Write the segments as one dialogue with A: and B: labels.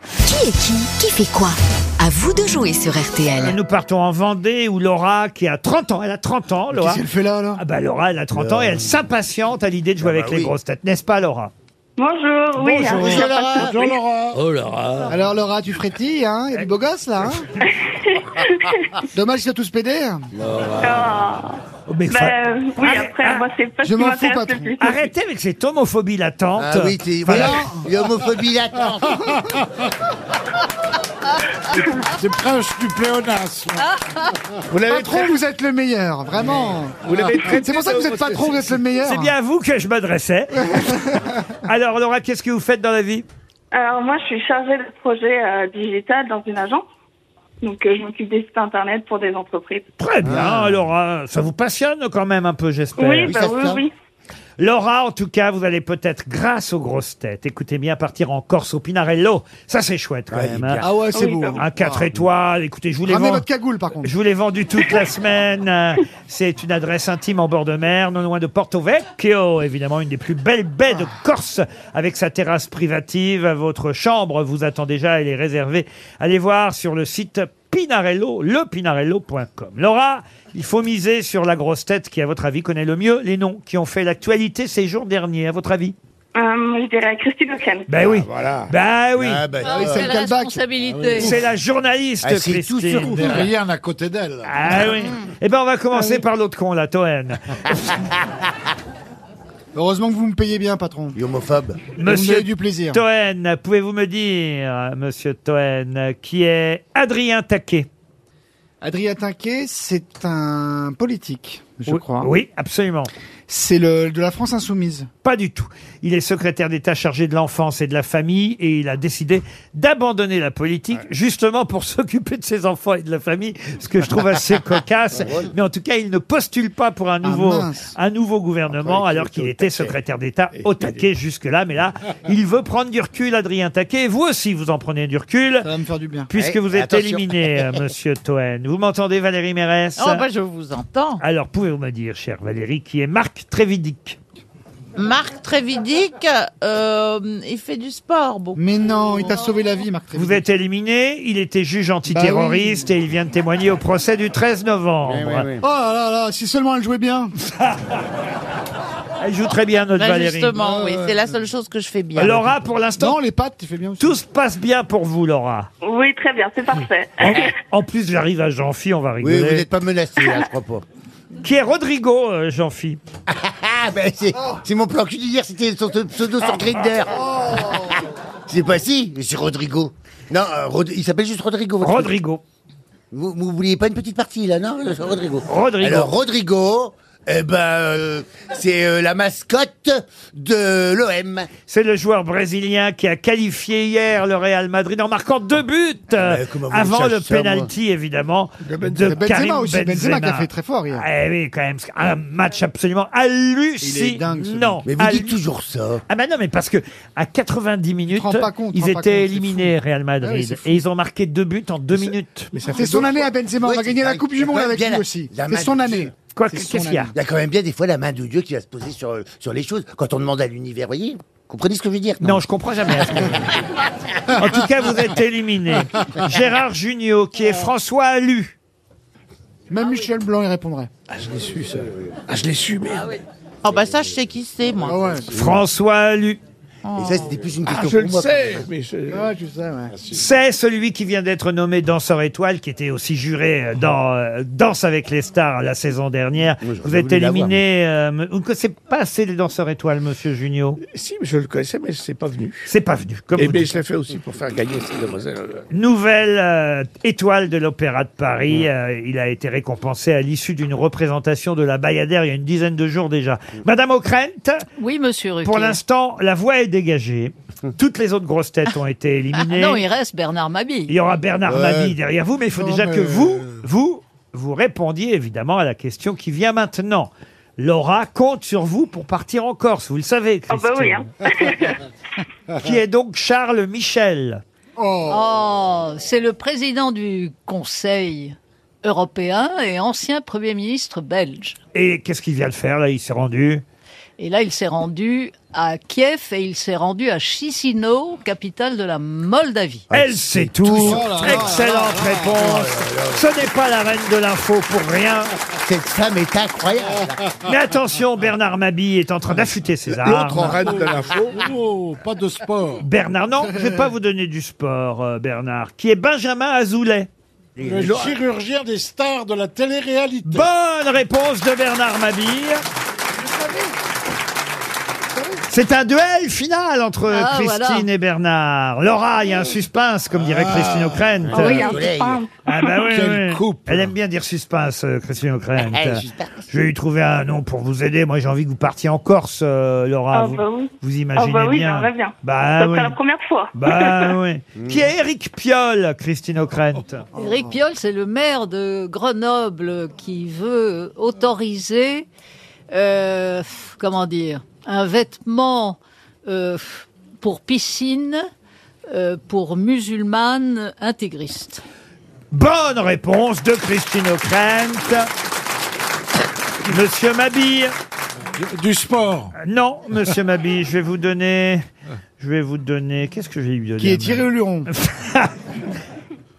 A: Qui est qui Qui fait quoi À vous de jouer sur RTL.
B: Nous partons en Vendée où Laura, qui a 30 ans, elle a 30 ans, Laura.
C: Qu'est-ce qu'elle fait là, alors
B: Ah bah Laura, elle a 30 ans et elle s'impatiente à l'idée de
C: Ah bah
B: jouer avec les grosses têtes, n'est-ce pas Laura
D: Bonjour, oui,
B: Bonjour.
D: alors,
C: Bonjour Laura.
D: Oui.
C: Laura.
E: Oh Laura
C: Alors Laura, tu frétilles, hein Il y a du beau gosse là, hein Dommage qu'ils soient tous pédés.
D: Ah.
B: Oh, mais fa-
D: Bah, euh, oui, après, moi, c'est pas
C: ah, Je
D: ce qui
C: m'en
D: m'intéresse
C: fous pas
D: le plus.
B: Arrêtez avec cette homophobie latente.
E: Ah oui, t'es-
B: Enfin,
E: voilà, l'homophobie latente.
F: C'est presque du pléonasme.
C: Vous patron, vous êtes le meilleur, vraiment. C'est pour ça que vous êtes patron, vous êtes le meilleur.
B: C'est bien à vous que je m'adressais. Alors Laura, qu'est-ce que vous faites dans la vie
D: Alors, moi, je suis chargée de projet euh, digital dans une agence. Donc, euh, je m'occupe des sites internet pour des entreprises.
B: Très bien,
C: Ah.
B: Laura. Ça vous passionne quand même un peu, j'espère.
D: Oui,
C: Ben,
D: bah
C: ça se
D: oui,
C: tient.
D: oui.
B: Laura, en tout cas, vous allez peut-être, grâce aux grosses têtes, écoutez bien, partir en Corse au Pinarello. Ça, c'est chouette quand
E: Ouais,
B: même.
E: bien.
B: hein.
C: Ah ouais, c'est
D: Oui,
C: beau.
D: bah oui.
B: Un 4 étoiles. Écoutez, je vous les
C: Ramenez
B: vends.
C: votre cagoule par contre.
B: Je vous l'ai vendu toute la semaine. Euh, C'est une adresse intime en bord de mer, non loin de Porto Vecchio, évidemment une des plus belles baies de Corse, avec sa terrasse privative. Votre chambre vous attend déjà, elle est réservée. Allez voir sur le site Pinarello, lepinarello.com. Laura, il faut miser sur la grosse tête qui, à votre avis, connaît le mieux les noms qui ont fait l'actualité ces jours derniers, à votre avis
D: Euh, je dirais Christine O'Kane.
B: Ben oui,
E: bah.
F: Voilà.
B: ben oui.
E: Ah, bah,
C: Ah oui,
E: euh,
C: c'est le callback.
B: C'est la journaliste,
E: Ah, c'est tout
B: Christine.
E: sur-
F: Rien à côté d'elle.
B: Ah oui. Eh ben, on va commencer par l'autre con, la Toen.
C: Heureusement que vous me payez bien, patron.
E: Homophobe.
C: Vous me
B: Monsieur
C: donnez du plaisir.
B: Toen, pouvez-vous me dire, monsieur Toen, qui est Adrien Taquet
C: Adrien Tinquet, c'est un politique, je
B: oui,
C: crois.
B: Oui, absolument.
C: C'est le de la France insoumise.
B: Pas du tout. Il est secrétaire d'État chargé de l'enfance et de la famille et il a décidé d'abandonner la politique justement pour s'occuper de ses enfants et de la famille, ce que je trouve assez cocasse. Mais en tout cas, il ne postule pas pour un nouveau,
C: Bah, Ah, mince.
B: un nouveau gouvernement
F: Enfin, il
B: alors
F: était
B: qu'il
F: au
B: était
F: taquet.
B: secrétaire d'État au taquet jusque-là. Mais là, il veut prendre du recul, Adrien Taquet. Et vous aussi, vous en prenez du recul.
C: Ça va me faire du bien.
B: Puisque
E: Eh,
B: vous êtes
E: attention.
B: éliminé, euh, monsieur Toen. Vous m'entendez, Valérie Mérès
G: Oh, bah, je vous entends.
B: Alors, pouvez-vous me dire, chère Valérie, qui est Marc Trévidic
G: Marc Trévidic, euh, il fait du sport beaucoup.
C: Mais non, il t'a sauvé la vie, Marc. Trévisan.
B: Vous êtes éliminé, il était juge antiterroriste et il vient de témoigner au procès du 13 novembre.
C: Oh là là là, si seulement elle jouait bien.
B: Elle joue très bien, notre
G: Bah,
B: Valérie.
G: justement,
C: Ah,
G: oui,
C: ouais.
G: c'est la seule chose que je fais bien.
B: Laura, pour l'instant,
C: Non, les pattes, tu fais bien aussi.
B: tout se passe bien pour vous, Laura.
D: Oui, très bien, c'est parfait.
B: En,
C: Mmh.
B: en plus, j'arrive à Jean-Phi, on va
E: Oui,
B: rigoler.
E: vous n'êtes pas menacé à ce propos.
B: Qui est Rodrigo, euh, Jean-Phi
E: Ah, bah, c'est c'est mon plan cul d'hier, c'était son son pseudo sur Grindr.
F: Oh.
E: C'est pas si, c'est Rodrigo. Non, euh, Rod- il s'appelle juste Rodrigo. votre truc.
B: Rodrigo.
E: Vous vous oubliez pas une petite partie là, non C'est Rodrigo.
B: Rodrigo.
E: Alors Rodrigo, eh ben, euh, c'est euh, la mascotte de l'OM.
B: C'est le joueur brésilien qui a qualifié hier le Real Madrid en marquant deux buts euh,
E: Ah. mais comment vous
B: avant
E: cherchez
B: le
E: ça, moi
B: penalty évidemment de,
C: Benzema
B: Karim
C: aussi, Benzema qui a fait très fort hier.
B: Ah oui, quand même, un match absolument
C: Il est dingue, ce
B: hallucinant.
E: Mais vous dites
B: Hallu-
E: toujours ça.
B: Ah bah non, mais parce que à 90 minutes,
C: rends pas compte, tu te
B: ils
C: rends pas
B: étaient
C: compte, c'est
B: éliminés Real
C: Ah oui,
B: Madrid
C: c'est fou.
B: et ils ont marqué deux buts en deux minutes.
C: C'est son année à Benzema. On
E: Ouais,
C: va gagner la
E: c'est-
C: Coupe du Monde
E: ouais,
C: avec
E: bien
C: lui
E: la-
C: aussi.
E: la
C: C'est
E: main
C: son
E: de
C: année.
E: Dieu.
B: Quoi
C: C'est
B: qu'est-ce
C: son
B: qu'il y a
C: ami.
E: Il y a quand même bien des fois la main de Dieu qui va se poser sur, sur les choses quand on demande à l'univers. Voyez, comprenez ce que je veux dire
B: Non, je comprends jamais. à ce moment. en tout cas, vous êtes éliminé. Gérard Junior, qui est François Alu.
E: Ah
C: Même Michel Blanc, il répondrait.
G: Oh, bah, ça, je sais qui c'est, moi.
C: Ah ouais.
B: François Alu.
E: Et ça, c'était plus une question
F: Ah, Je
E: pour
F: le
E: moi.
F: sais, mais je...
C: Ouais, Ah, tu sais, ouais.
B: C'est celui qui vient d'être nommé danseur étoile, qui était aussi juré dans euh, Danse avec les stars la saison dernière.
E: Moi, j'aurais
B: Vous êtes
E: voulu
B: éliminé. euh, me- vous ne connaissez pas assez les danseurs étoiles, monsieur Junio.
F: Si, mais je le connaissais, mais c'est pas venu.
B: C'est pas venu. Comme
E: Eh
F: Et
B: vous
F: bien,
E: ben,
B: dites. Ah.
F: je l'ai fait aussi pour faire gagner cette demoiselle.
B: Nouvelle euh, étoile de l'Opéra de Paris. Euh, il a été récompensé à l'issue d'une représentation de la Bayadère il y a une dizaine de jours déjà. Madame O'Krent,
H: Oui, monsieur Ruquier.
B: pour l'instant, la voie est dégagée.
E: Hum.
B: Toutes les autres grosses têtes ont été éliminées.
H: Ah, Non, il reste Bernard Mabille.
B: Il y aura Bernard
E: Ouais.
B: Mabille derrière vous, mais il faut
C: Non,
B: déjà
C: mais-
B: que vous, vous, vous répondiez évidemment à la question qui vient maintenant. Laura compte sur vous pour partir en Corse, vous le savez,
D: Ah bah
B: Christine.
D: oui, hein.
B: Qui est donc Charles Michel
C: Oh.
H: Oh, c'est le président du Conseil européen et ancien Premier ministre belge.
B: Et qu'est-ce qu'il vient de faire là Il s'est rendu
H: Et là, il s'est rendu à Kiev et il s'est rendu à Chisinau, capitale de la Moldavie.
B: Elle sait tout. Excellente réponse. Ce n'est pas la reine de l'info pour rien.
E: Cette femme est incroyable.
F: Ah,
B: Mais attention, Bernard Mabille est en train d'affûter ses
F: L'autre en
B: armes.
F: reine de l'info.
I: Oh, pas de sport.
B: Bernard, non, je vais pas vous donner du sport, euh, Bernard, qui est Benjamin Azoulay.
I: Le chirurgien des stars de la télé-réalité.
B: Bonne réponse de Bernard Mabille. C'est un duel final entre
H: Ah,
B: Christine
H: voilà.
B: et Bernard. Laura, il y a un suspense, comme dirait Christine O'Krent.
D: Ah oui, un
E: Soleil.
D: suspense.
B: Ah bah oui,
I: Quel
B: oui.
I: couple.
B: Elle aime bien dire suspense, euh, Christine O'Krent.
E: Eh, suspense.
B: Je vais lui trouver un nom pour vous aider. Moi, j'ai envie que vous partiez en Corse, euh, Laura.
D: Ah
B: vous,
D: bah oui.
B: vous imaginez
D: Ah bah oui,
B: bien.
D: j'aimerais bien.
B: Bah
D: Ah,
C: Ah,
D: Ça
B: oui.
D: serait la première fois.
B: Bah oui. Qui est Eric Piolle, Christine O'Krent
H: Éric Piolle, c'est le maire de Grenoble qui veut autoriser, euh, comment dire, un vêtement euh, pour piscine euh, pour musulmanes intégristes.
B: Bonne réponse de Christine O'Krent. Monsieur Mabille.
I: Du sport.
B: Non, monsieur Mabille, je vais vous donner. Je vais vous donner. Qu'est-ce que je vais lui donner
C: Qui est tiré au luron.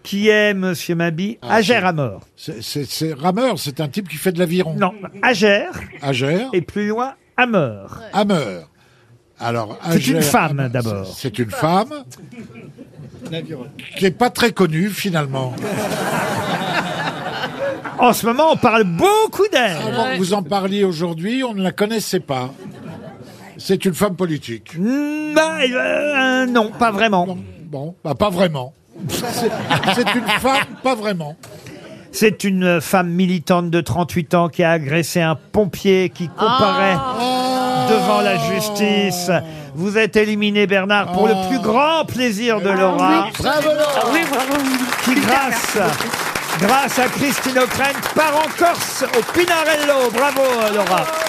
B: Qui est, monsieur Mabille
C: Ah,
B: Agère à mort.
I: C'est- C'est c'est rameur, c'est un type qui fait de l'aviron.
B: Non, Agère
I: Agère,
B: et plus loin, Hammer.
I: hameur. Alors,
B: C'est une
I: Agère-
B: femme d'abord.
I: C'est une femme qui n'est pas très connue finalement.
B: En ce moment, on parle beaucoup d'elle.
I: Avant que vous en parliez aujourd'hui, on ne la connaissait pas. C'est une femme politique.
B: Mm, bah, euh, non, pas vraiment.
I: Bon, bah pas vraiment. C'est c'est une femme, pas vraiment.
B: C'est une femme militante de 38 ans qui a agressé un pompier qui comparait devant la justice. Vous êtes éliminé, Bernard, pour le plus grand plaisir de Laura,
E: Bravo, Laurent.
D: Oui, bravo.
B: qui grâce, grâce à Christine O'Krent part en Corse au Pinarello. Bravo, Laura.